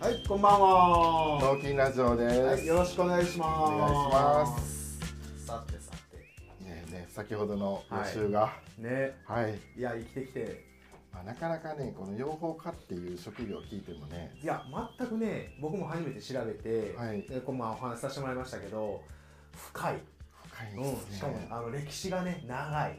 はい、こんばんは。脳筋ラジオです、はい、よろしくお願いします。お願いしますさてさねえねえ先ほどの予習がて。ね、はい、いや、生きてきて、まあ、なかなかねこの養蜂家っていう職業を聞いてもねいや、全くね、僕も初めて調べて、はいで、こう、まあ、お話しさせてもらいましたけど。深い。深いでうん、しすかもね、、あの、歴史がね、長い。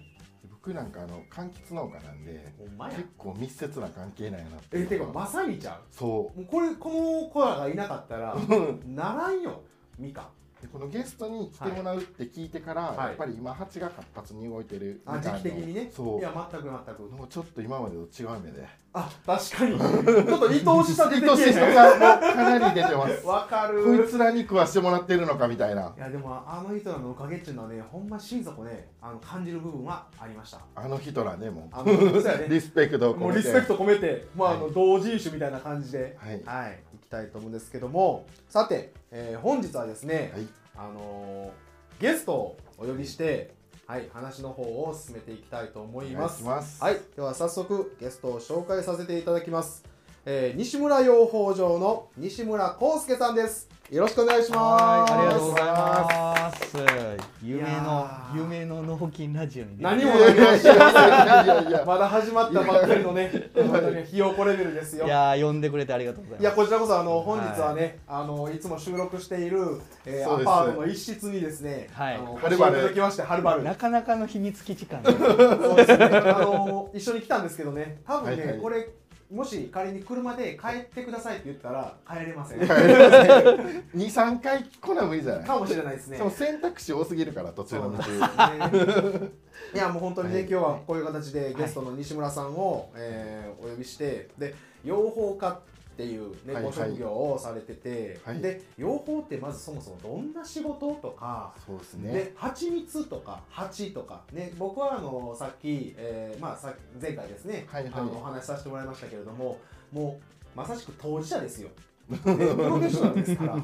僕なんかあの柑橘農家なんでほんまや結。構密接な関係なんやなっていえ、うのがてか、まさにちゃそん。もう、これ、この子らがいなかったら、ううんならんよ。みかん。でこのゲストに来てもらうって聞いてから、はいやっぱり今蜂が活発に動いてるあ、みたい時な期的にね。そういや、全く全く。もうちょっと今までと違う目であ、確か に。ちょっと伊藤した出て人きて人る。がもうかなり出てま すわかる。こいつらに食わしてもらってるのかみたいないやでもあの人らのおかげっていうのはねほんま心底ねあの感じる部分はありましたあの人らねもあのそうやうね リスペクトをも込うめリてスペクト込めて、まあ、あはの同人種みたいな感じではいはいいきたいと思うんですけどもさて、えー本日はですね、はいあのーゲストをお呼びして、はい、話の方を進めていきたいと思いお願まいすしますはい、では早速ゲストを紹介させていただきます、えー西村養蜂場の西村康介さんですよろしくお願いしますはい、ありがとうございます。夢いのやー夢の脳筋ラジオに出て何いもやいやいやいやいやまだ始まったばっかり のね、本当にひよこレベルですよ。いいや、やー呼んでくれてありがとうございます。こちらこそあの本日はね、い、あのいつも収録している、えーそうアですパートの一室にですね、はいあのはるばるお越しいただきましてはるばる。なかなかの秘密基地感で。はそうですね。あの一緒に来たんですけどね、多分ね、はいはいこれもし仮に車で帰ってくださいって言ったら帰れません。 23回来な無理じゃな いかもしれないですねで。も選択肢多すぎるから途中の道ねいやもう本当にね、はい今日はこういう形でゲストの西村さんを、えーお呼びしてで養蜂家っていう、ねはいご職業をされてて、はいで養蜂ってまずそもそもどんな仕事とか、そうですねで蜂蜜とか蜂とか、ね、僕はあのさっき、えーまあ、さ前回ですね、はいはいあのお話しさせてもらいましたけれどももうまさしく当事者ですよ。ねプロフェッショナルです から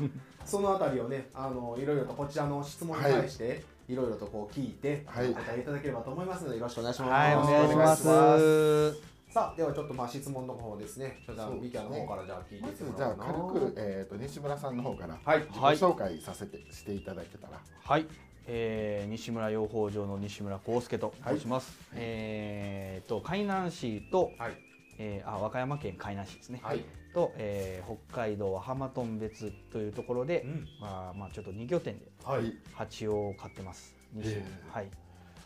そのあたりをねあのいろいろとこちらの質問に対して、いろいろとこう聞いて、はいお答えいただければと思いますのでよろしくお願いします。い、お願いします。お願いしはますさあではちょっとまあ質問の方ですね。ちょっとあのそうミですキねアの方からじゃあ聞いてまいってずもじらゃおあうかな軽く、えー、と西村さんの方からはい自己はい紹介させて、していただけたらい、えー、西村養蜂場の西村康介と申します。えーと海南市と、はいえーあ和歌山県海南市ですね。はい。と、えー北海道は浜頓別というところで、んまあまあちょっと二拠点ではい。蜂を飼ってます。西へーはい。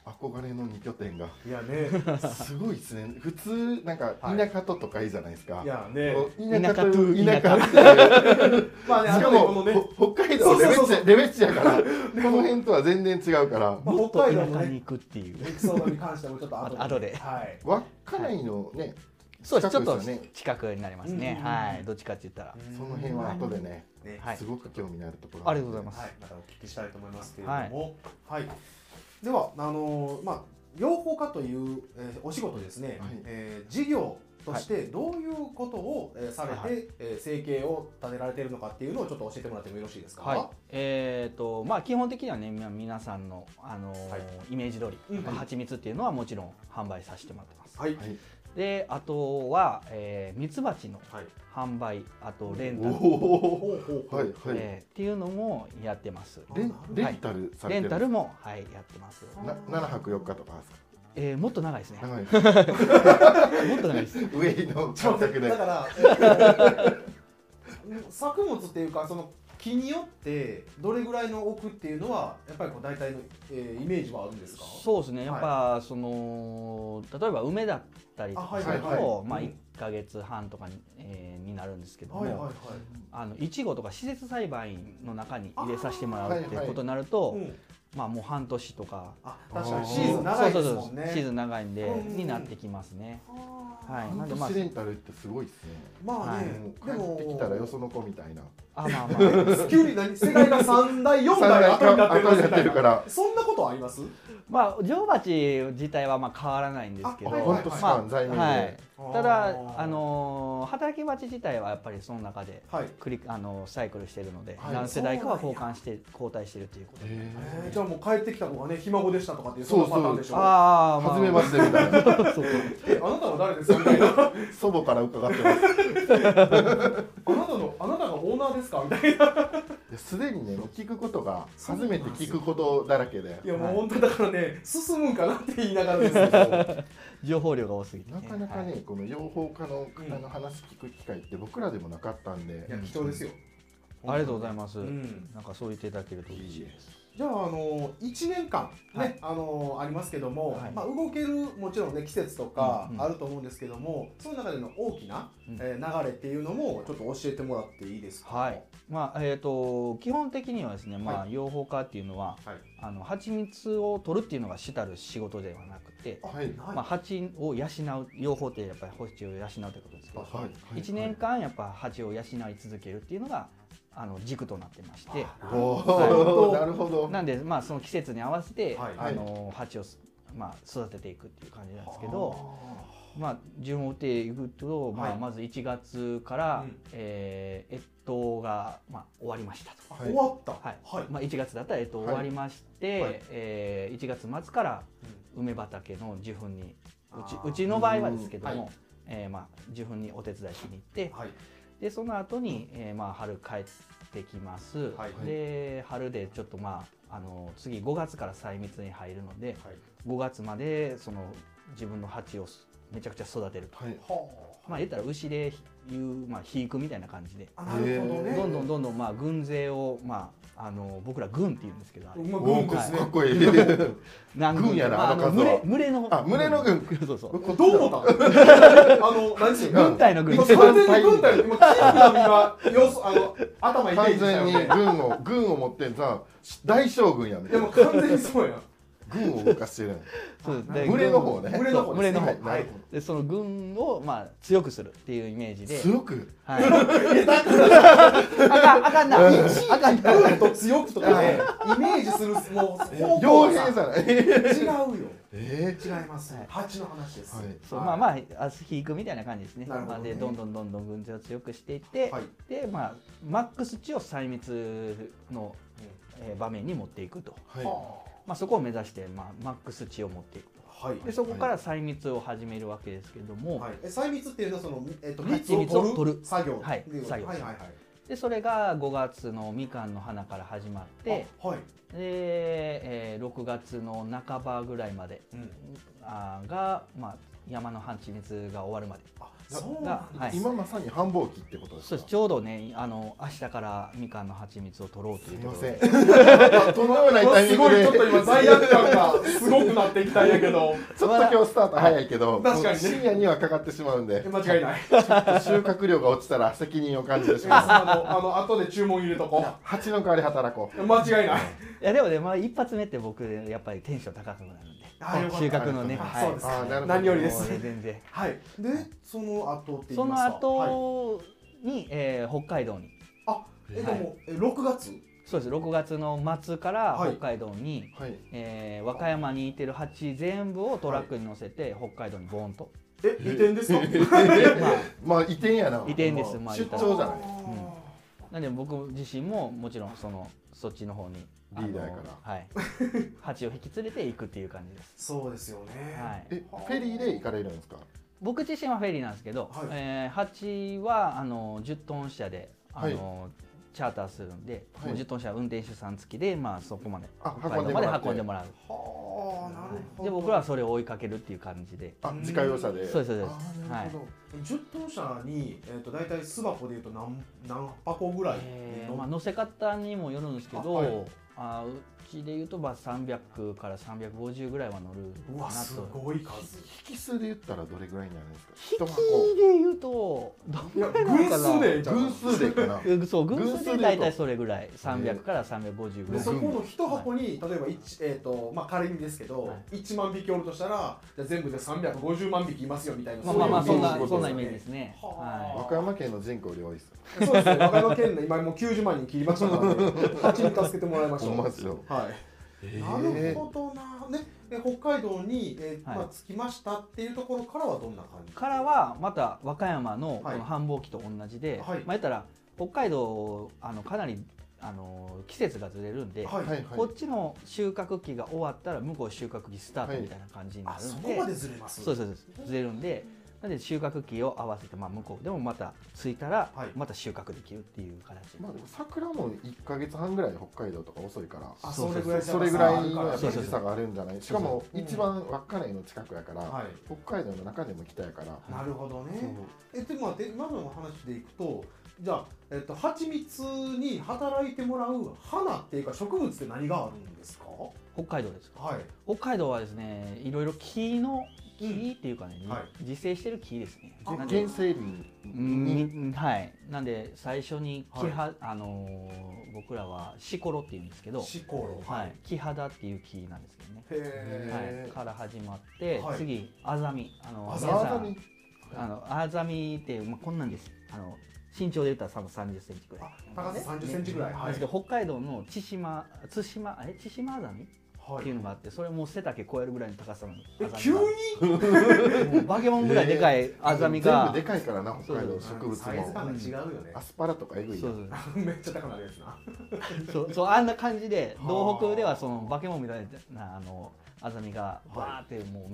憧れの2拠点 がいや ね。すごいですね普通なんか田舎ととかいいじゃないですか、いやね。こう田田舎舎とという田舎ってまあね、しあかとねこのも、ね。ほ北海道はレベそうそッチうそうやレベッチやからこの辺とは全然違うからまあもっ北と田海道もね舎に行くっていう。エピソードに関してもちょっと後で。あ後ではい。稚内のね、そうです、ち近ょっくとですよね近くになりますうんねう。んうんはい、どっちかって言ったら。その辺は後でね、ねはいすごく興味のあるところありがとうございますはい、またお聞きしたいと思いますけれども、はい。では、あのーまあ養蜂家という、えーお仕事ですね、はいえー事業としてどういうことを、えーされて、はいはえー生計を立てられているのかっていうのをちょっと教えてもらってもよろしいですか。はい、えっ、とまあ基本的にはねみな皆さんのあのーはいイメージ通り、うん蜂蜜っていうのはもちろん販売させてもらってます。はい。はい、であとはえーミツバチのはい。販売あとレンタおル、うおほーはいはい、えーっていうのもやってます。レンはいレンタルされてレるンタルもはいやってます。な7泊4日とかですかえーもっと長いです ね。長いもっと長いです。上の感 覚でだから、 えー作物っていうかその木によってどれぐらいの奥っていうのはやっぱりこう大体の、えーイメージはあるんですか。そうですね。やっぱ、その例えば梅だったりとかすると、あはいはいはいまあうん一ヶ月半とかに,、えーになるんですけども。はいはいはい。あのいちごとか施設栽培の中に入れさせてもらあうーっていうことになると、うんまあもう半年とかあ、確かにあーシーズン長いですそうもそんうそうね。シーズン長いんで、うんになってきますね。は。はいい、なんで半まあ年レンタルってすごいですねまあはいねも、でもう帰ってきたらよその子みたいなあまあまあ 急に何世界が三代四代 三後になってる後んにでなすってるからそんなことあります？まあ女王蜂自体はまあ変わらないんですけど、あはいまはい半年間在あ名で、はい、たあだーあのー働き蜂自体はやっぱりその中ではい。繰りあのーサイクルしてるので、はい何世代かは交換して交代してるということで。ええーーじゃあもう帰ってきた子がね、ひ孫でしたとかっていうそんなパターンでしょ。ああ初めましてみたいなて。そうえあなたは誰ですかみたいな。祖母から伺ってますあなたのあなたーナーですかみたいな。やすでにねもう聞くことが初めて聞くことだらけでいやもはうい本当だからね、進むんかなって言いながら ですけど。 情報量が多すぎて、なかなかね、この養蜂家の方の話聞く機会って僕らでもなかったんいでや、貴重ですよ。はいありがとうございます、うんなんかそう言っていただけると嬉しいですじゃあ、あの1年間、ねはいあのありますけども、はいまあ、動けるもちろん、ね、季節とかうんうんあると思うんですけども、その中での大きな、うんえー流れっていうのもちょっと教えてもらっていいですか。はい、まあえー、と基本的にはですね、まあは養蜂家っていうのははいあの蜂蜜を取るっていうのが主たる仕事ではなくて、はいはいはいまあ、蜂を養う養蜂ってやっぱり蜂を養うということですけど、はい1年間やっぱ蜂を養い続けるっていうのがあの軸となってましておはおい なるほどなんで、まあ、その季節に合わせて、はいあの蜂を、まあ、育てていくっていう感じなんですけど。あまあ、順を追っていくと、まはあ、いまず1月から、うんえー越冬が、まあ、終わりましたと、ーはい終わった。はいはい。まあ、1月だったら越冬はい終わりまして、はいえー1月末からう梅畑の受粉にうあちーうちの場合はですけども、うんはいえーまあ、受粉にお手伝いしに行ってんはい。でその後に、えーまあ春帰ってきます、はいで春でちょっとまああの次5月から細密に入るのではい。 5月までその自分の鉢をめちゃくちゃ育てると。はいはまあ言ったら牛でいう、まあ、肥育みたいな感じであ。あなるほどね。へーどんどんどんどんまあ軍勢を、まあ、あの僕ら軍って言うんですけどあれうまおおくかですねっ。こいい何軍軍やなまあ、あのあの群数はれ群れのあ群れの軍そうそうどう思ったのあの、何ですか軍隊の軍今、完全に軍隊の、今、キープが今、よそ、あの、頭イメージし 完た全よにね。軍を軍を持ってんさ大将軍やねいや、もう完全にそうやん。軍を動かしてるねそうあで群れの方ね群れの方ですね。群れの方はい。でその軍を、まあ、強くするっていうイメージで、強くはい、あかんあかんなあかんな軍と強くとかね、イメージする、もう、方傭向兵がじゃないえ違うよ。え違いますはい。蜂の話です。はいそうまあまあ明日肥育みたいな感じですねなるほどねまあ、でどんどんどんどん軍勢を強くしていって、はい。でまあマックス値を細密の、えー場面に持っていくと。はいはまあ、そこを目指して、まあ、マックス値を持っていくあはいとでそこから細密を始めるわけですけども、はい。え、細密っていうのは、その、えっと、蜂蜜蜜をを取取るる作業。はいってうこと作業はいはいはい。でそれが5月のみかんの花から始まってあはい。で、えー6月の半ばぐらいまでうん。あーが、まあ、山の蜂蜜が終わるまであ、そうなんだはい今まさに繁忙期ってことですかそうですちょうどねあの明日からみかんの蜂蜜を取ろうとすいいうとまころせんでとんでもないタイミすングごいでちょっと今罪悪 感がすごくなってきたんやけどちょっと今日スタート早いけど、確かにね深夜にはかかってしまうんで、 間違いない収穫量が落ちたら責任を感じてしまう。あのあの後で注文入れとこ蜂の代わり働こう。間違いないいやでもね、まあ、一発目って僕やっぱりテンション高くなるんであよかった収穫のねあはいそうですかあなるほど何よりですもう全然はいでその後って言そいまのすかはい後に、えー北海道にあえではいもえ6月そうです6月の末からはい北海道に、はい。えー和歌山にいてる蜂全部をトラックに乗せて北海道にボーンと、え移転ですか ままあ、あ移転やな。移転ですもうまあ出張じゃない。なんで僕自身ももちろんそのそっちの方にあのリーダーやかはい蜂を引き連れていくっていう感じです、そうですよねはい、え、フェリーで行かれるんですか。僕自身はフェリーなんですけど、はいえー蜂はあの10トン車であの、チャーターするんで、はいもう10トン車運転手さん付きで、まあ、そこまであ北海道まで運運んんででもらうはあなるほどで僕らはそれを追いかけるっていう感じであ、自家用車で。そうですそうですあなるほど。 10トン車にえっと大体巣箱でいうと何何箱ぐらいえーまあ、の乗せ方にもよるんですけどあ、あはいうちでいうとまあ300から350ぐらいは乗るうかわなすと。ごい数引き数で言ったらどれぐらいになるんですか。一引き箱。で言うとどいや、なの偶かな数でじゃん偶数でいくな。えそう偶軍数数で言うとで大体それぐらい300から350ぐでらいそこの一箱に、例えば一、えーとまあ、仮にですけど、は1万匹おるとしたらじゃあ全部で350万匹いますよみたいなまあまあまあそそうんいうイメージなですねそんなイメージですねはは和歌山県の人口量多いです。そうですね和歌山県内今もう90万人切りましたからね 蜂に助けてもらいましょほうんまっすよ。はいなるほどなねで北海道に、えーはいまあ、着きましたっていうところからはどんな感じいからはまた和歌山のこはいの繁忙期と同じで、はいまあ言ったら北海道あのかなりあの季節がずれるんで、はい、はいはい。こっちの収穫期が終わったら向こう収穫期スタートみたいな感じになあるそんで、こまでずれますそうですそうですずれるんでなので収穫期を合わせて、まあ、向こうでもまたついたらはいまた収穫できるっていう形、まあでも桜も1か月半ぐらいで北海道とか遅いからあそうそそうれそぐらういそれぐらい差のがやあるからっぱりそうそう時差があるんじゃないしかもそうそう一番稚内の近くやから、はい北海道の中でも北やから、なるほどねそうえでも待って今の話でいくとじゃあ、えっと、蜂蜜に働いてもらう花っていうか植物って何があるんですか北海道ですはい北海道はですねいろいろ木のうん木っていうかね、はい自生してる木ですねあなんで原生林にうんはいなんで最初に木は、あのー僕らはシコロっていうんですけど、シコロはい、木肌っていう木なんですけどねへえ、はい、から始まって、はい次アザミあのアザミ皆さざわざんにあのアザミって、まあ、こんなんですあの身長で言ったら多分30センチくらいあ高さ3 0センチぐらい、なんはでいすけど北海道の千島津島え千島アザミっはていういのがあってそれも背丈超えるぐらいの高さのえアザミが急にもう化け物ぐらいでかいアザミ全が、部でかいからな北海道のそ植物サイズも感が違うよねアスパラとかえぐいそよう めっちゃ高なるやつなそうそうそうあんな感じではあ東北ではその化け物みたいなあのアザミがバーっても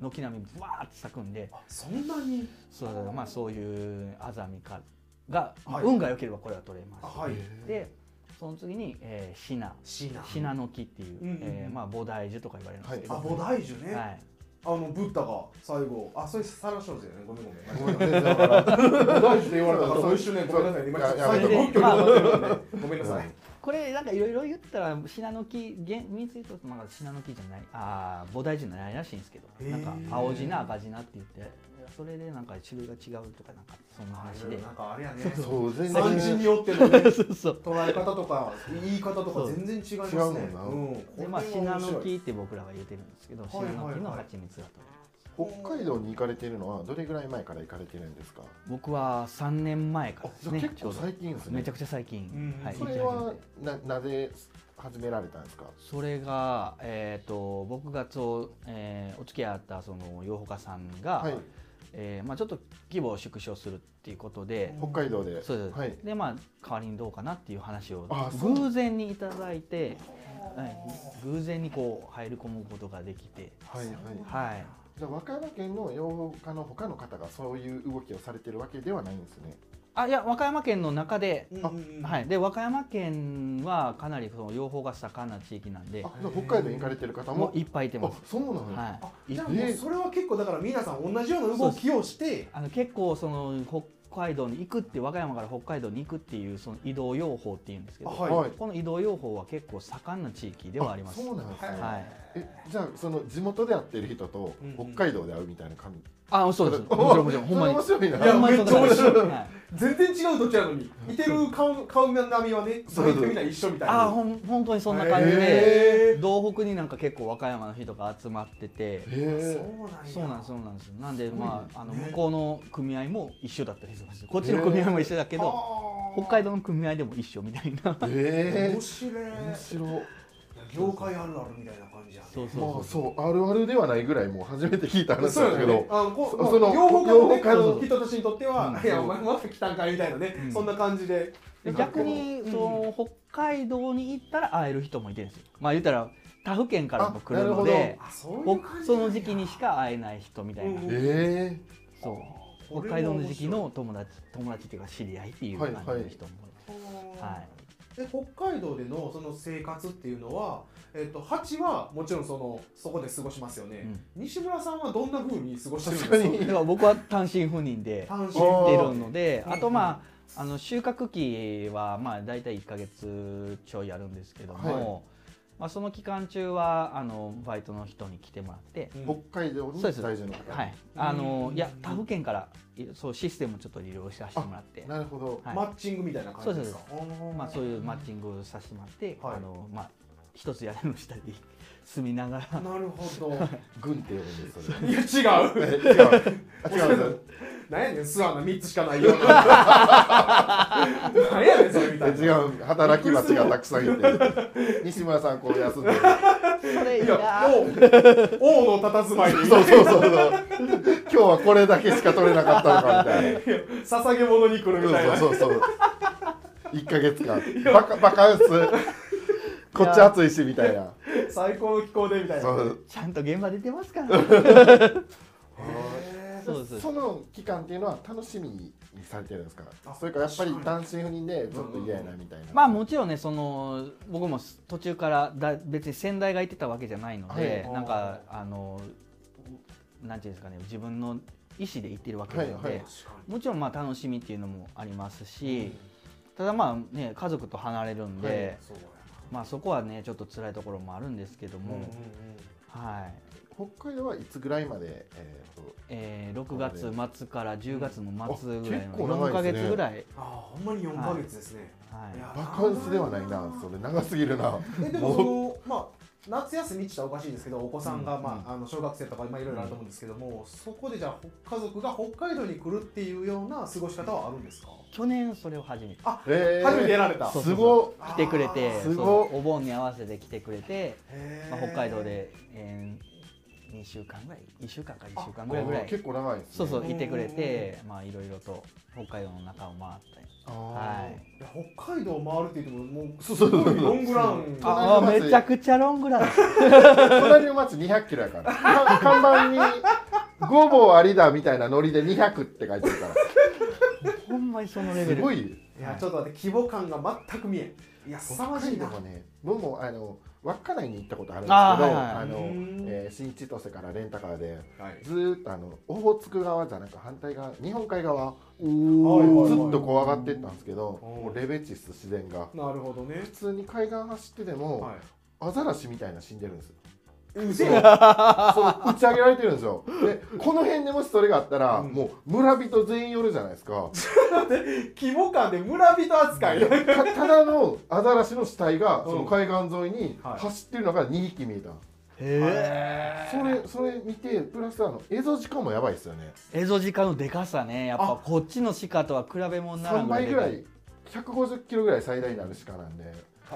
う軒並みバーって咲くんであそんなにそうだからまあそういうアザミかが、はい運が良ければこれは取れあます、はいでその次に、えー、シナシナシナの木っていう、うんうんうんえーまあ菩提樹とか言われるんですけど、あ菩提樹ね、はいあのブッダが最後あそれサラショーズだよねごめんごめんごめん全然わからん大事で言われたからそう一瞬ねごめんなさい今ちょっと最後仏教 に戻ったんでごめんなさいこれなんかいろいろ言ったらシナノキ厳密に言うとまあシナノキじゃないああ菩提樹のないらしいんですけど、へーなんか青地な赤地なって言ってそれでなんか種類が違うとかなんかそんな話でなんかあれやねそう全然産地によってのねそうそう捉え方とか言い方とか全然違いますね違うもんなうんでまあこシれはナ面白いノキって僕らは言ってるんですけど、はいはいはいシナノキの蜂蜜だと思います北海道に行かれてるのはどれぐらい前から行かれてるんですか僕は3年前からですじゃあね結ちょ構うど最近ですねめちゃくちゃ最近、うんはいそれ行き始はめてななぜ始められたんですかそれが、えー、と僕がそう、えーお付き合いあったその養蜂家さんが、はいえーまあ、ちょっと規模を縮小するっていうことで、北海道でそうです、はいでまあ代わりにどうかなっていう話をあそう偶然にいただいて、はい、偶然にこう入り込むことができて、はいはいはい、じゃあ和歌山県の養蜂家の他の方がそういう動きをされてるわけではないんですねあいや和歌山県の中で、うんうんうんはい、で和歌山県はかなりその養蜂が盛んな地域なんであじゃあ北海道に行かれてる方ももういっぱいいてあます。そうなのよはあい、いじゃあもうそれは結構だから皆さん同じような動きをしてあの結構その北海道に行くって和歌山から北海道に行くっていうその移動養蜂っていうんですけど、あははいいこの移動養蜂は結構盛んな地域ではあります。そうなんですね、はいえじゃあその地元で会ってる人とうんうん北海道で会うみたいな感じ、あ、そ うです。もちろんもちろん、ほんまに。それ面白いないやほんまにめっちゃ面白いはい全然違うどっちなのに似てる顔顔並みはねそうそう全員みんな一緒みたいなあ、ほん本当にそんな感じへで、ー道北になんか結構和歌山の人が集まってて、そうへなんやそうなんですそうなんです。なんでごいねまああの向こうの組合も一緒だったりするんですよ。こっちの組合も一緒だけど、北海道の組合でも一緒みたい な。えへえ面白い面白い業界あるあるみたいな感じやねそうそうまあそうあるあるではないぐららいもう初めて聞いた話そうなんやだけねど、あのこそもうその両方両の方ねかあらの人たちにとっては、うんいやお前また来たんかいみたいなね、うんそんな感じでで逆にうんその北海道に行ったら会える人もいてるんですよ。まあ言ったら他府県からも来るので、あそういう感北じその時期にしか会えない人みたいな。うんえそう。これ北も海道の時期の友達友達っていうか知り合いっていうは感いじの人も、面白いはいで北海道でのその生活っていうのは、えっと蜂はもちろんそのそこで過ごしますよね、西村さんはどんな風に過ごしてるんですか確かにだから僕は単身赴任で単身あー出るのでうんあとまああの収穫期はまあ大体1か月ちょいあるんですけども、まあ、その期間中はあのバイトの人に来てもらって、うえんー、北海道にそう在です住の方はいあのうんいや他府県からいそうシステムをちょっと利用させてもらって、なるほど、はいマッチングみたいな感じですかまあ、そういうマッンチングをさせてもらって、はいあのまあ、一つ屋根の下に 住みながらなるほど軍って呼ぶんですそれいや違うえ違うあ違うんです何やねん巣穴3つしかないような何やねんそれみ たいな違う働き蜂がたくさんいて西村さんこう休んでるそれいいいなやー王王の佇まいにそうそうそうそう今日はこれだけしか取れなかったのかみたいな捧げ物に来るみたいなそうそうそう一ヶ月間バカバカンスこっち暑いしみたいな最高の気候でみたいなそう ちゃんと現場出てますから、へそうですその期間っていうのは楽しみにされてるんですかあそれかやっぱり確か単身赴任でちょっと嫌やなみたいな、まあもちろんねその僕も途中からだ別に先代がいてたわけじゃないので、はいなんかあのなんていうんですかね自分の意思で言ってるわけなので、はいはい確かもちろんまあ楽しみっていうのもありますに、し、ただまあね家族と離れるんで、はいそうやまあそこはねちょっと辛いところもあるんですけどなも、うんうんはい。北海道はいつぐらいまで、えーとえー、6月末から10月の末ぐらいのあ結構長4いヶですね月ぐらい、ああほんまに四ヶ月ですね、はいいやバカンスではないなそれ長すぎる なえでもそのまあ夏休みって言ったらおかしいですけどお子さんが、うんまあ、あの小学生とかまあいろいろあると思うんですけども、そこでじゃあほ家族が北海道に来るっていうような過ごし方はあるんですか、去年それを始めてあ、え初めてやられたそうすごあー来てくれてすごいそうお盆に合わせて来てくれて、へーまあ、北海道で、えー、2週間ぐらい1週間か1週間っぐらいぐらあーい結構長いです、ね、そうそううんいてくれてまあいろいろと北海道の中を回ったりあー、はいいや北海道を回るって言ってももうすそうごいロングランああああーめちゃくちゃロングラン隣の町200キロやからか 看板に「ごぼうありだ」みたいなノリで200って書いてるからほんまにそのレベすルごいいやちょっと待って規模感が全く見えんいや凄ま北じ海いな道もね僕もあの稚内に行ったことあるんですけどああ、ーはいはいのうんえー新千歳からレンタカーではいずーっとあのオホーツク側じゃなく反対側日本海側はいはいはいずっとこう上がってったんですけどうんもうレベチス自然がなるほどね普通に海岸走ってても、はいアザラシみたいな死んでるんですよ嘘そう打ち上げられてるんですよでこの辺でもしそれがあったら、うんもう村人全員寄るじゃないですか規模感で村人扱いたただのアザラシの死体がうんその海岸沿いにはい走ってるのが2匹見えた、へそれそれ見てプラスあの映像時間もやばいですよねえ蝦夷時間のでかさねやっぱあこっちの鹿とは比べ物にならん3倍ぐでからいい150キロぐらい最大になる鹿なんで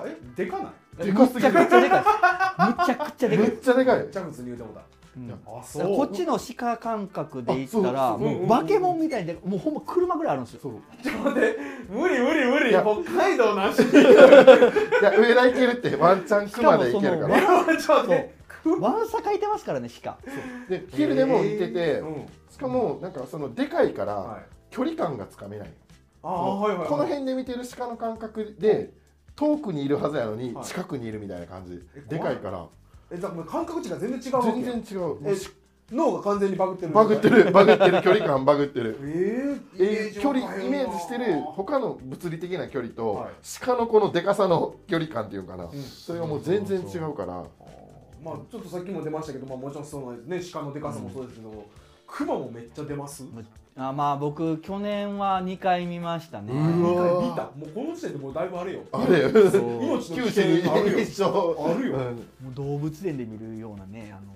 えでかないでかすぎるめちゃくちゃでかいですむちゃくちゃでかめいっちゃで かいジャムズに言うてもだうんあだからこっちの鹿感覚で言ったらあそうそうもう化け物みたいでもうほんま車ぐらいあるんですよそうちょっと待って無理無理無理いや北海道なしちょっいや上田行けるってワンチャン熊で行けるからしと待ってわんさかいてますからね鹿で昼でも行ってへてーうんしかもなんかそのでかいかはらい距離感がつかめないああはいはいはいこの辺で見てる鹿の感覚で遠くにいるはずやのにはい近くにいるみたいな感じえでかいからえだからもう感覚値が全然違うわけ全然違うもえうし脳が完全にバグってるバグってるバグってる距離感バグってるえー、えー距離イメージしてるは他の物理的な距離はとい鹿のこのでかさの距離感っていうのかなうんそれがもう全然違うからあまあちょっとさっきも出ましたけど、まあ、もちろんそうなんですね鹿のでかさもそうですけど、クマもめっちゃ出ますむあまあ僕去年は2回見ましたねうわ一回見たもうこの時点でもうだいぶあれよあ命れそうもの危地険球史にある よ一生あるようんう動物園で見るようなねあの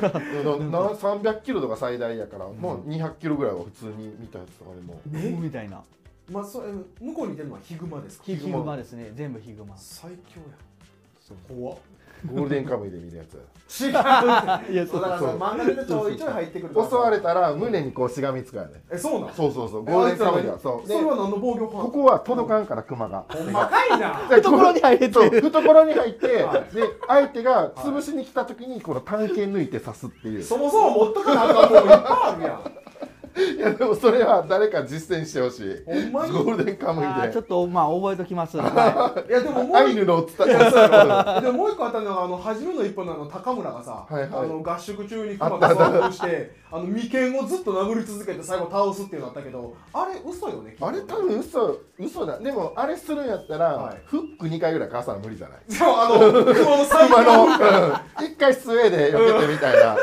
な300キロとか最大やから、もう200キロぐらいは普通に見たやつとかでもえみたいなまあ、それ向こうに出るのはヒグマですかヒヒグマグマですね全部ヒグマ最強やそう怖っ ゴールデンカムイで見るやつ違うだからいやさ漫画でちょいちょい入ってくるから襲われたら胸にこうしがみつくやねえそうなんそうそうそうえゴールデンカムイあいつだらそそうでれは何の防御こ法こは届かんからクマ がほんまかいな懐に入れてそう懐に入ってではい相手が潰しに来た時にこの探検抜いて刺すっていうそもそも持っとかなあかんもんいっぱいあるやんいやでもそれは誰か実践してほしいほんまにゴールデンカムあーイちょでっとまあ覚えときます、はいやでももアうイ一ヌの伝え方でももう一個あったのがあの初めの一歩のあの高村がさ、はいはいあの合宿中にクマが遭遇してあの眉間をずっと殴り続けて最後倒すっていうのあったけどあれ嘘よねあれ多分嘘嘘だでもあれするんやったら、はいフック2回ぐらいかさな無理じゃないじゃああのクマの最今後の、うん、一回スウェーデン避けてみたいな、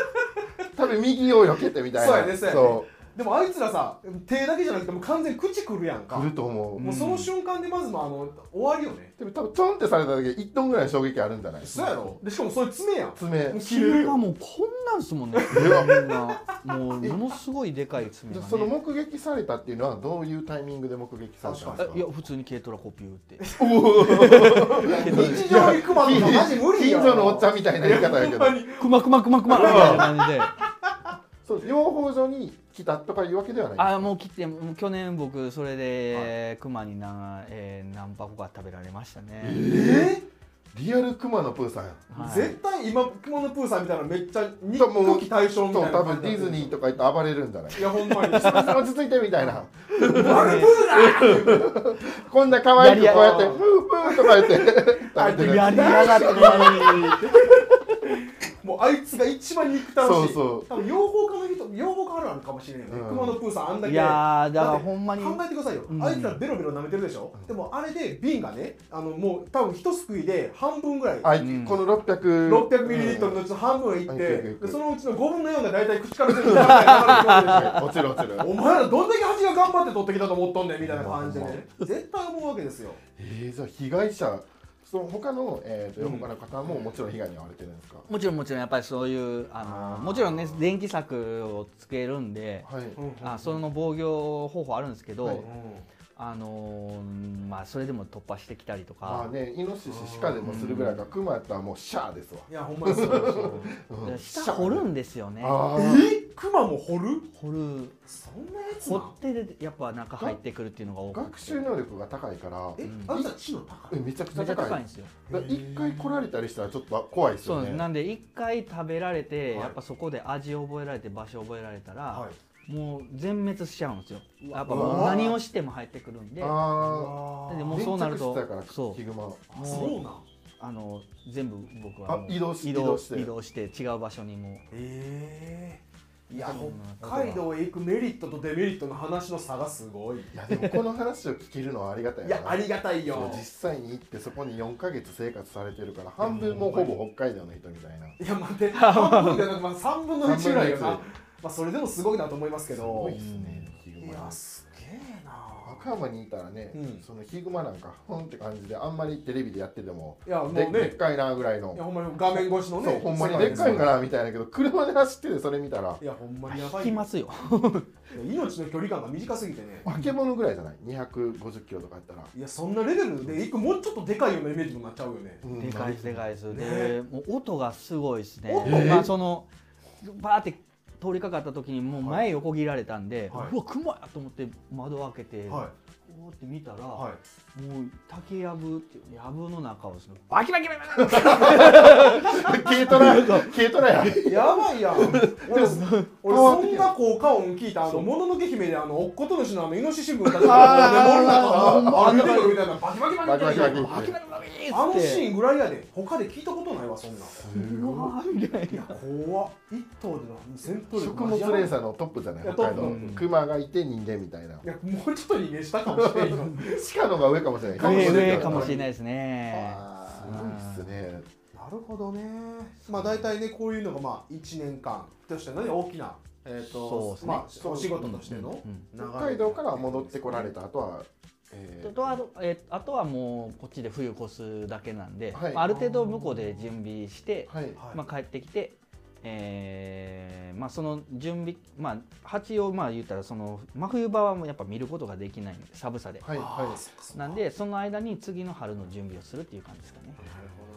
多分右を避けてみたいなそうやねそうやねでもあいつらさ手だけじゃなくてもう完全に口くるやんか来ると思う、んもうその瞬間でまずまああの終わりよねでも多分チョンってされた時1トンぐらいの衝撃あるんじゃないそうやろでしかもそれ爪やん爪で爪がもうこんなんですもんねみんなもうものすごいでかい爪がねその目撃されたっていうのはどういうタイミングで目撃されたんですかえいや普通に軽トラコピューって日常にクマとかマジ無理や近所のおっちゃんみたいな言い方やけどほんまにクマクマクマクマみたいな感じでそう養蜂所に来たとかいうわけではないあもう切ってもう去年僕それで、熊にな、えー、何箱か食べられましたね、えリアルクマのプーさんやはい絶対今クモのプーさんみたいなのめっちゃ日ともう時対象とみたいな多分ディズニーとか行って暴れるんじゃない いやほんまにすいません落ち着いてみたいなワルプーだこんな可愛くこうやってやりやフーフーとか言って 食べてるやりやがって もうあいつが一番憎たらしいそうそう多分養蜂家の人養蜂家あるあるかもしれないよね、うんクマのプーさんあんだけいやーだからほんまに考えてくださいよ、うんあいつらベロベロ舐めてるでしょ、うんでもあれで瓶がねあのもう多分一すくいで半分ぐらいあいうんこの600 600ミリリットルのうちの半分がいって、うんいくいくいくでそのうちの5分の4が大体口から全部流れてく落ちる落ちる るお前らどんだけ蜂が頑張って取ってきたと思っとんねんみたいな感じでね絶対思うわけですよえー、じゃあ被害者その他の、えー、とうん他の方ももちろん被害に遭われてるんですか、もちろんもちろんやっぱりそういうあのあーもちろんね電気柵をつけるんではい、あその防御方法あるんですけど、はいうんあのーまあそれでも突破してきたりとまあか、ねイノシシシカでもするぐらいかクマやったらもうシャーですわ、いやほんまにそうですようん下掘るんですよねあえーークマも掘る掘るそんなやつ掘なってでやっぱ中入ってくるっていうのが多くて学習能力が高いからえうんあんた知能高えいめちゃくちめゃちゃ高い高いんですよだから一回来られたりしたらちょっと怖いですそようなんねですなんで一回食べられて、はいやっぱそこで味を覚えられて場所を覚えられたら、はいもう全滅しちゃうんですよやっぱうもうわ何をしても入ってくるんでもああであもうそうなるとからそうヒグマあそうなんあの全部僕はあもう移動し移移動動して移動して違う場所にもええいやそう北海道へ行くメリットとデメリットの話の差がすごいいいやでもこの話を聞けるのはありがたいよなやありがたいそうよ実際に行ってそこに4ヶ月生活されてるから半分もうほぼ北海道の人みたいないや待 って半分じゃなくまあ3分の1ぐらいよな三分のまあそれでもすごいなと思いますけすごどいですねヒいグマやすげえ和な歌山にいたらね、うんそのヒグマなんかほんって感じであんまりテレビでやっててもいやもうでねでっかいなぐらいのいやほんまに画面越しのねそうほんまにでっかいんか世界なみたいだけど車で走っててそれ見たらですよいやほんまにやば引いきよますよいや命の距離感が短すぎてね化け物ぐらいじゃない250キロとかやったら、いやそんなレベルで行くもうちょっとでかいようなイメージになっちゃうよねうんでかいですでかいです、でねもう音がすごいですね、音まあそのバーって通りかかった時にもう前横切られたんで、はいうわクマやと思って窓を開けて、こはうって見たら、いはいもう竹やぶっていうやぶの中をですねバキバキバキバキ軽 トラ軽トラややば いやん俺俺そんな効果音聞いたあのもののけ姫であのおっこと主のあのイノシシ軍が出てくるあーあのみたいなバキバキバキババキキババキキババキキバキバキバキっつってあのシーンぐらいやで他で聞いたことないわそんなんうわーみたいな怖っ一頭での戦闘力食物連鎖のトップじゃない北海いや道トップ熊がいて人間みたいないやもうちょっと逃げしたかもしれんよ鹿の方が上かもしれないかもしれない上かもしれないですねあーすごいっすねなるほどねまあ大体ねこういうのがまあ1年間としてのね大きなえっそうとですねまあお仕事としてのうんうん流れ北海道から戻ってこられた後は、えあとはえあとはもうこっちで冬越すだけなんで、はいまあある程度向こうで準備して、ーはいはいまあ、帰ってきて、えーまあ、その準備、まあ、蜂をまあ言ったらその真冬場はもうやっぱ見ることができないんで寒さで、はいあはーいそっかそっかなんでその間に次の春の準備をするっていう感じですかね。なる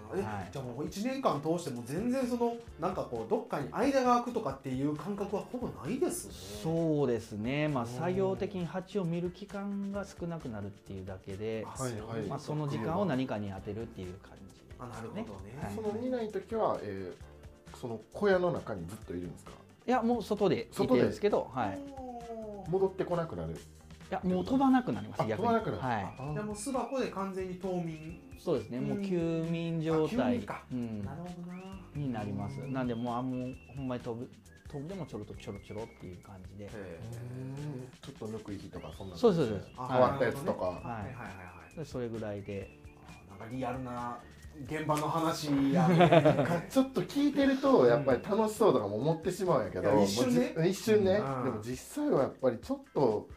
ほどなえ、はいじゃあもう1年間通しても全然そのなんかこうどっかに間が空くとかっていう感覚はほぼないですねそうですね、まうあ、ん作業的に蜂を見る期間が少なくなるっていうだけで、あはいはいまあ、その時間を何かに当てるっていう感じあなるほどでねすその見ない時は、えー、その小屋の中にずっといるんですかいやもう外でいて外でるんですけど、はい、いおー戻ってこなくなるやもう飛ばなくなりますあ逆飛にばなくなる、はい、あーじゃあもう巣箱で完全に冬眠そうですねもううん休眠状あ休態眠かうんなるほどなになります。うんなんでもうあもうほんまに飛ぶ飛ぶでもちょろっとちょろちょろっていう感じで。へうーんちょっとぬくい日とかそんなそうですそうですあ変わったやつとか、ーはいはいはいはいでそれぐらいで。あーなんかリアルな現場の話やねかちょっと聞いてるとやっぱり楽しそうとかも思ってしまうんやけど、いや一瞬ねもうじ一瞬ねうんでも実際はやっぱりちょっと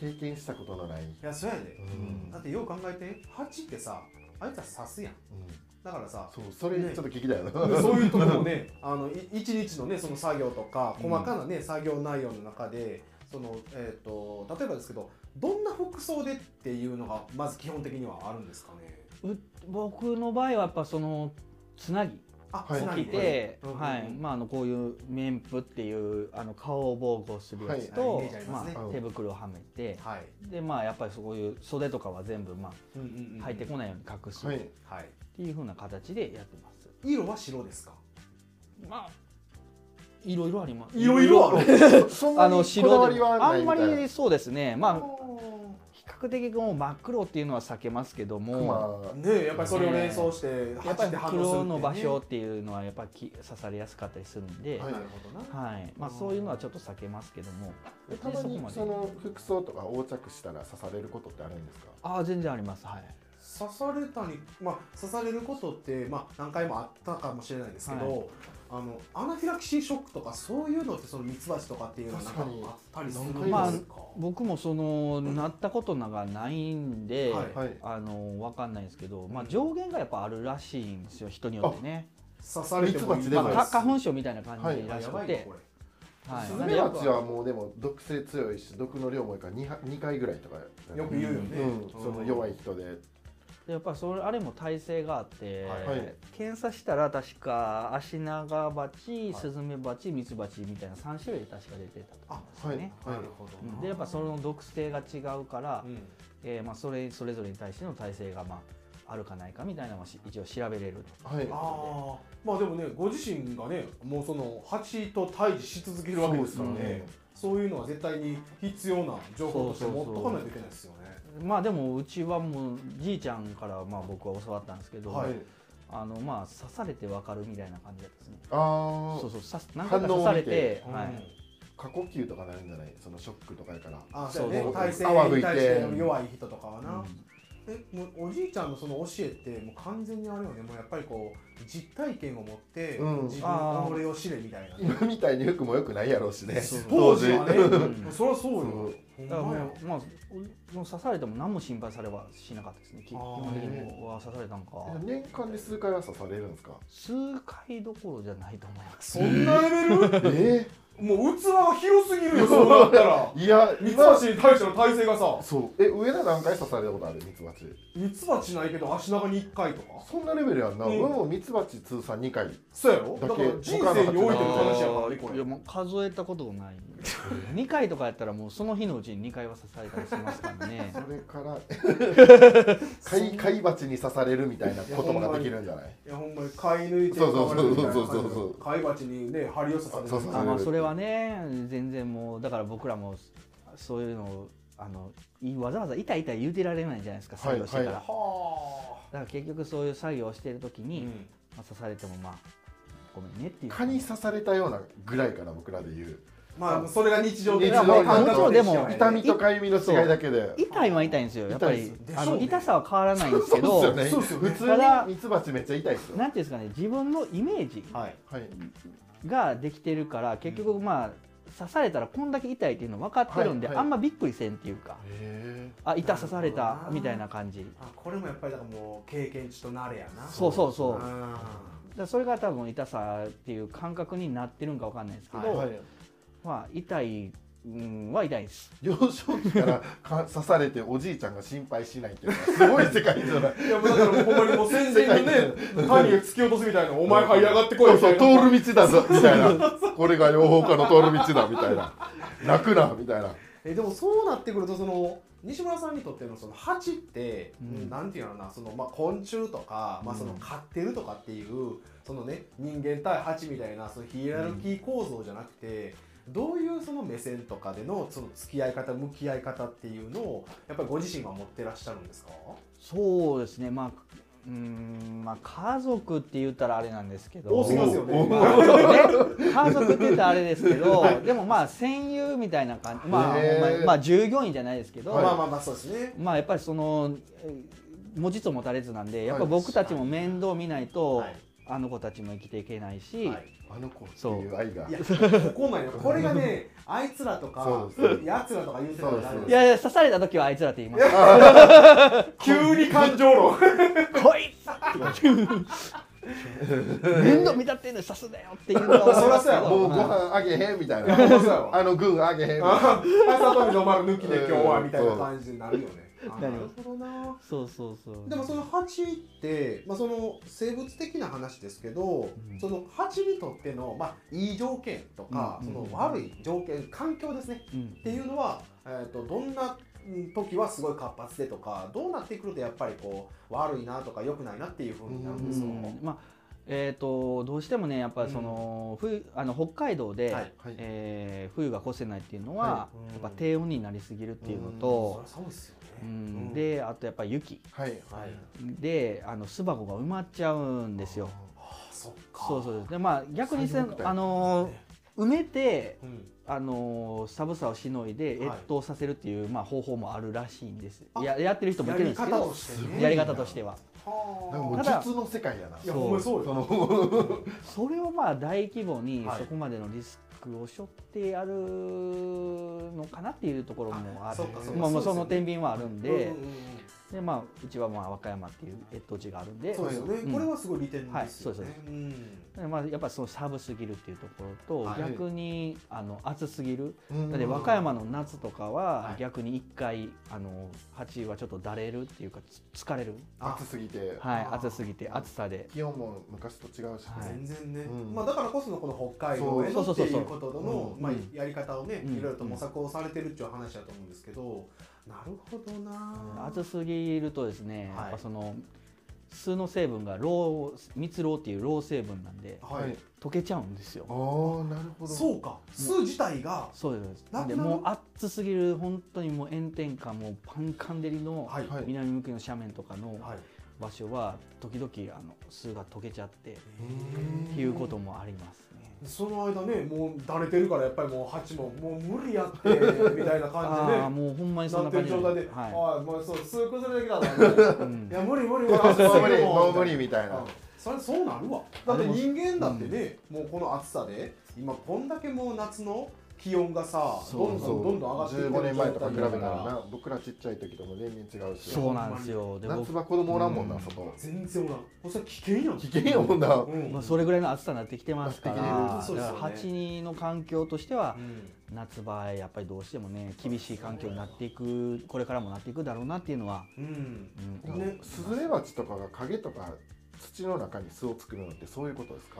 経験したことのない、いやそうやでうんんだってよう考えて蜂ってさあいつは刺すやんうんだからさそうそれちょっと聞きたいな、 でそういうところをね、あのい一日のねその作業とか細かなね、作業内容の中で、そのえっ、と例えばですけど、どんな服装でっていうのがまず基本的にはあるんですかね。う僕の場合はやっぱそのつなぎあはいつな来ぎて、うんうんうんはいまあ、あのこういう面布っていうあの顔を防護するやつはいとイメージありまますねあ手袋をはめてはい、でまあやっぱりそういう袖とかは全部まうんうんうんあ入ってこないように隠すっはいはいていう風な形でやってます。色は白ですかまあいろいろあります。いろいろあるそんなあのにこだわ白りではあないんみたまいなりそうですね。まああ比較的もう真っ黒っていうのは避けますけども。まねえやっぱりそれを連想してやっぱり応する黒の場所っっていうのはやっぱりき刺されやすかったりするんで、てねはいいなるほどなまあ、そういうのはちょっと避けますけどもあたまに別そこまでの服装とか横着したら刺されることってあるんですかああ全然ありますはい刺されたにまあ刺されることってまあ何回もあったかもしれないですけど、あのアナフィラキシーショックとかそういうのってそのミツバチとかっていうのはなんか確かにあったりするんまあですか、僕もそのなったことながないんで、はいはいあのわかんないですけど、まあ、上限がやっぱあるらしいんですよ人によってね、刺されてもいいミツバチでまあ、もか花粉症みたいな感じ粉らしやばくいなてこ、れはいススズズメメババチチははもうでも毒性強いし毒の量も多いから 2, 2回ぐらいとかよよく言うよねうん、その弱い人で、でやっぱりそれあれも耐性があって、はい検査したら確かアシナガバチ、スズメバチミツバチみたいな3種類確か出てたと思うんですよね、はいなるほどなでやっぱその毒性が違うから、うんえーまあ、それそれぞれに対しての耐性が、まあ、あるかないかみたいなのはし一応調べれるはいああまあでもねご自身がねもうその蜂と対峙し続けるわけですからそうですねねそういうのは絶対に必要な情報として持っとかないといけないですよねまあでもうちはもうじいちゃんからまあ僕は教わったんですけど、はいあのまあ刺されてわかるみたいな感じだったですね、あーそうそう刺す何回か刺反応さをれ見ててはうんい、過呼吸とかなるんじゃないそのショックとかやからあそうやねそう体勢泡吹にいて対しての弱い人とかはうな、んえもうおじいちゃんのその教えってもう完全にあれよねもうやっぱりこう実体験を持って、うん自分の己を知れみたいなね、今みたいに服も良くないやろうしね そう当時はねうんそりゃそうよほんだからまやもう,、まあ、うもう刺されても何も心配されはしなかったですねき基あー本的にもううわ刺されたんか年間で数回は刺されるんですか数回どころじゃないと思いますそんなレベ ルえもう器が広すぎるよそうなったらー、いやミツ今バチに対しての体勢がさそうえ上田何回刺されたことあるミツバチミツバチないけど足長に1回とかそんなレベルやんな、ううんん、俺もミツバチ通算2回そうやろだだかけら人生においての話やからねこいれやもう数えたこともない2回とかやったらもうその日のうちに2回は刺されたりしますから ねそれから 貝貝鉢に刺されるみたいな言葉ができるんじゃないいやほんまに飼い抜いてそうそうそうそうそうそう飼い鉢にね針を刺されてそうそうあまあそれはね全然もうだから僕らもそういうのをあのいわざわざ痛い痛い言うてられないじゃないですかはい作業してから、ははだから結局そういう作業をしてる時あ、に、うんまあ、刺されてもまあごめんねっていう蚊に刺されたようなぐらいかな僕らで言うまあそれが日常的日常感覚としてはもちろんねで痛みとかゆみの違いだけで痛いは痛いんですよやっぱ痛いでりしょうねあの痛さは変わらないんですけどそうですそようでねすよね普通ただにミツバチめっちゃ痛いですよなんていうんですかね自分のイメージはいはいができてるから結局まあ刺されたらこんだけ痛いっていうの分かってるんで、はいはいあんまびっくりせんっていうかへあ痛刺さなるほれどたなみたいな感じだあこれもやっぱりだからもう経験値となれやなそうそうそうあからそれが多分痛さっていう感覚になってるんか分かんないですけえど、はいまあ痛い、うん、は痛いです幼少期からか刺されておじいちゃんが心配しないっていうのはすごい世界じゃないーいやもうだからもうほんまにもう 戦前のね谷を突き落とすみたいなお前這い上がってこいそみうそたいうな通る道だぞみたいなこれが養蜂家の通る道だみたいな楽なみたいなえでもそうなってくるとその西村さんにとってのその蜂って、うんなんていうのかなその、まあ、昆虫とか、まあ、うんその飼ってるとかっていう、そのね人間対蜂みたいなそのヒエラルキー構造じゃなくて、どういうその目線とかでのその付き合い方向き合い方っていうのをやっぱりご自身は持ってらっしゃるんですかそうですねまあうーんまあ家族って言ったらあれなんですけど多すぎますよね お今ね家族って言ったらあれですけどでもまあ戦友みたいな感じまあ、へーほんまにまあ従業員じゃないですけど、まあまあまあそうですねまあやっぱりそのえー持ちつ持たれつなんでやっぱ僕たちも面倒見ないと、はいあの子たちも生きていけないし、はいあの子っていう愛がいや、ここなんよ。これがね、あいつらとかそうです、やつらとか言うてたらダメそういです、やいや刺された時はあいつらって言います急に感情論。こい つ面倒見たってんのに刺すなよっていうのは思いますけそらそうやどもうごはい飯あげへんみたいいやほんまそうやなわあの軍あげへんみたいなあさとみの丸抜きで今日はみたいな感じになるよね。あななるるほどほどなそうそうそうでもその蜂って、まあ、その生物的な話ですけど、うんその蜂にとっての、まあ、いい条件とか、うんそうんの悪い条件環境ですねうんっていうのは、えー、とどんなうん時はすごい活発でとかどうなってくるとやっぱりこう悪いなとか良くないなっていうふうになるんですよ。うんまあえー、とどうしてもねやっぱりその、冬あの北海道で、はいはいえー冬が越せないっていうのは、はうんやっぱ低温になりすぎるっていうのとうん、それ寒いっすようね。んうんであとやっぱり雪はいはい、であの巣箱が埋まっちゃうんですよ。あそっかそうそうですでまあ逆にせ最悪だよあの埋めてうんあの寒さをしのいではい越冬させるっていう、まあ、方法もあるらしいんですあややってる人もいやるんりですけ方どとしてねやり方としてははあなんかもうただ実の世界やないやほんまにそうよそのそれをまあ大規模にはいそこまでのリスクを背負ってやるのかなっていうところもああるそうかそうかまあ、まそであそうすよねの天秤はあるんで,、うんうんうんでまあ、うちはまあ和歌山っていう越冬地があるんでそうですよね、んこれはすごい利点ですよね。はいうんでまあ、やっぱりその寒すぎるっていうところと、はい逆にあの暑すぎるうんだって和歌山の夏とかははい逆に一回あの蜂はちょっとだれるっていうかつ疲れる、暑すぎてはいあ、ー暑すぎて暑さで気温も昔と違うし、は全い然ね、うんまあだからこそのこの北海道へそのうそっうそてうそういうことのうんまあうんやり方をね、うんいろいろと模索をされてるっていう話だと思うんですけど、なるほどな。暑すぎるとですね、はいやっぱその酢の成分がロウ蜜ろっていうろう成分なんでははいい。溶けちゃうんですよああなるほどそうか、酢自体が、そうですなくなでるもう暑すぎる本当にもう炎天下もうパンカン照りのはいはい南向きの斜面とかのはい。場所は時々あの酢が溶けちゃってへっていうこともありますねその間ね、もうだれてるからやっぱりもう蜂ももう無理やってみたいな感じでああね。もうほんまにそんななってる感じ状態で、はいああもうそう酢崩れてきたな。 うんいや無理無理無理も暑すぎるう無理ももんう無理みたいな、それそうなるわだって人間だってね、もうこの暑さで今こんだけもう夏の気温がさそどうんどんどんどん上がってい15年前とか比べたららな僕らちっちゃい時とも全然違うしそうなんですよで夏僕、場子供おらんもんな、うん外全然おらんこれ危険やん危険やもんな、うんまあ、それぐらいの暑さになってきてますからなってきてるそうですよだねから蜂にの環境としては夏場へやっぱりどうしてもね厳しい環境になっていくこれからもなっていくだろうなっていうのは、うんうんうんねスズメバチとかが影とか土の中に巣を作るのってそういうことですか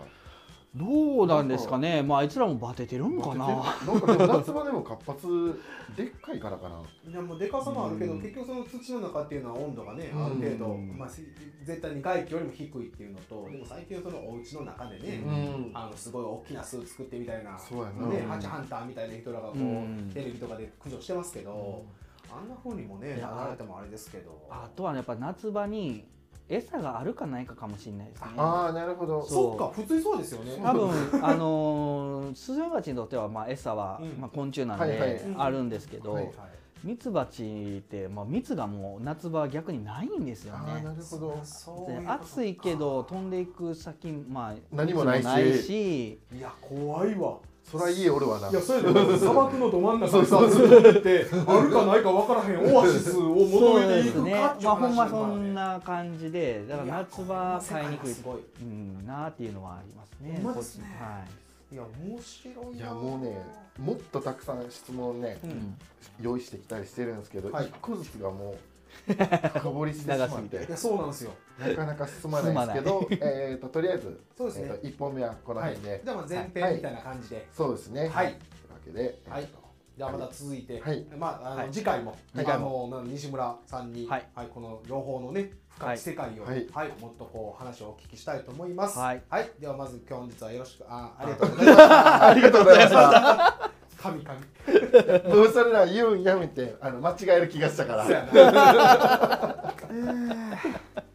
どうなんですかねまああいつらもバテてるんかななんかでも夏場でも活発でっかいからかないやもうでかさもあるけど、うん結局その土の中っていうのは温度がね、うんある程度、うんまあ、せ絶対に外気よりも低いっていうのとでも最近はそのお家の中でね、うんあのすごい大きな巣作ってみたいな、そうやな、ね、うんハチハンターみたいな人らがこう、うんテレビとかで駆除してますけど、あんな風にもねいやなられてもあれですけどあとはやっぱ夏場に餌があるかないかかもしれないですねああなるほどそっか普通そうですよね多分あのースズメバチにとってはまあ餌は、うんまあ、昆虫なんはいはいであるんですけど、はいいミツバチって、まあ、蜜がもう夏場は逆にないんですよああねなるほどそううでことか暑いけど飛んでいく先、まあ、何もないし蜜しいや怖いわそら家おるわないやそれで砂漠のど真ん中にさずっと行ってあるかないか分からへんオアシスを求そうめてでいすくねかっていうまあ、ほん話まだそからんねな感じでだから夏場買いにくいやこの世界はすごいうん、なあっていうのはありますね。ほんまですねはいいや面白いないやもうねもっとたくさん質問ねうんうん用意してきたりしてるんですけど、一はい個ずつがもう深掘りしてしま長すっぎていやそうなんですよなかなか進まないですけどえーととりあえず、そうですえねー、と1本目はこのはい辺で、じゃあまあ前編みたいな感じでそうですねはいというわけで、はいえーとじゃあまた続いて、はいまああのはい次回も、次あ回のまあ西村さんに、ははいいこの両方のね深はいい世界を、ははいいもっとこう話をお聞きしたいと思います。ははいい、ではまず今日本日はよろしくあありがとうございまありがとうございました。 す。神神もうそれら言うんやめて、あの間違える気がしたから。そうやな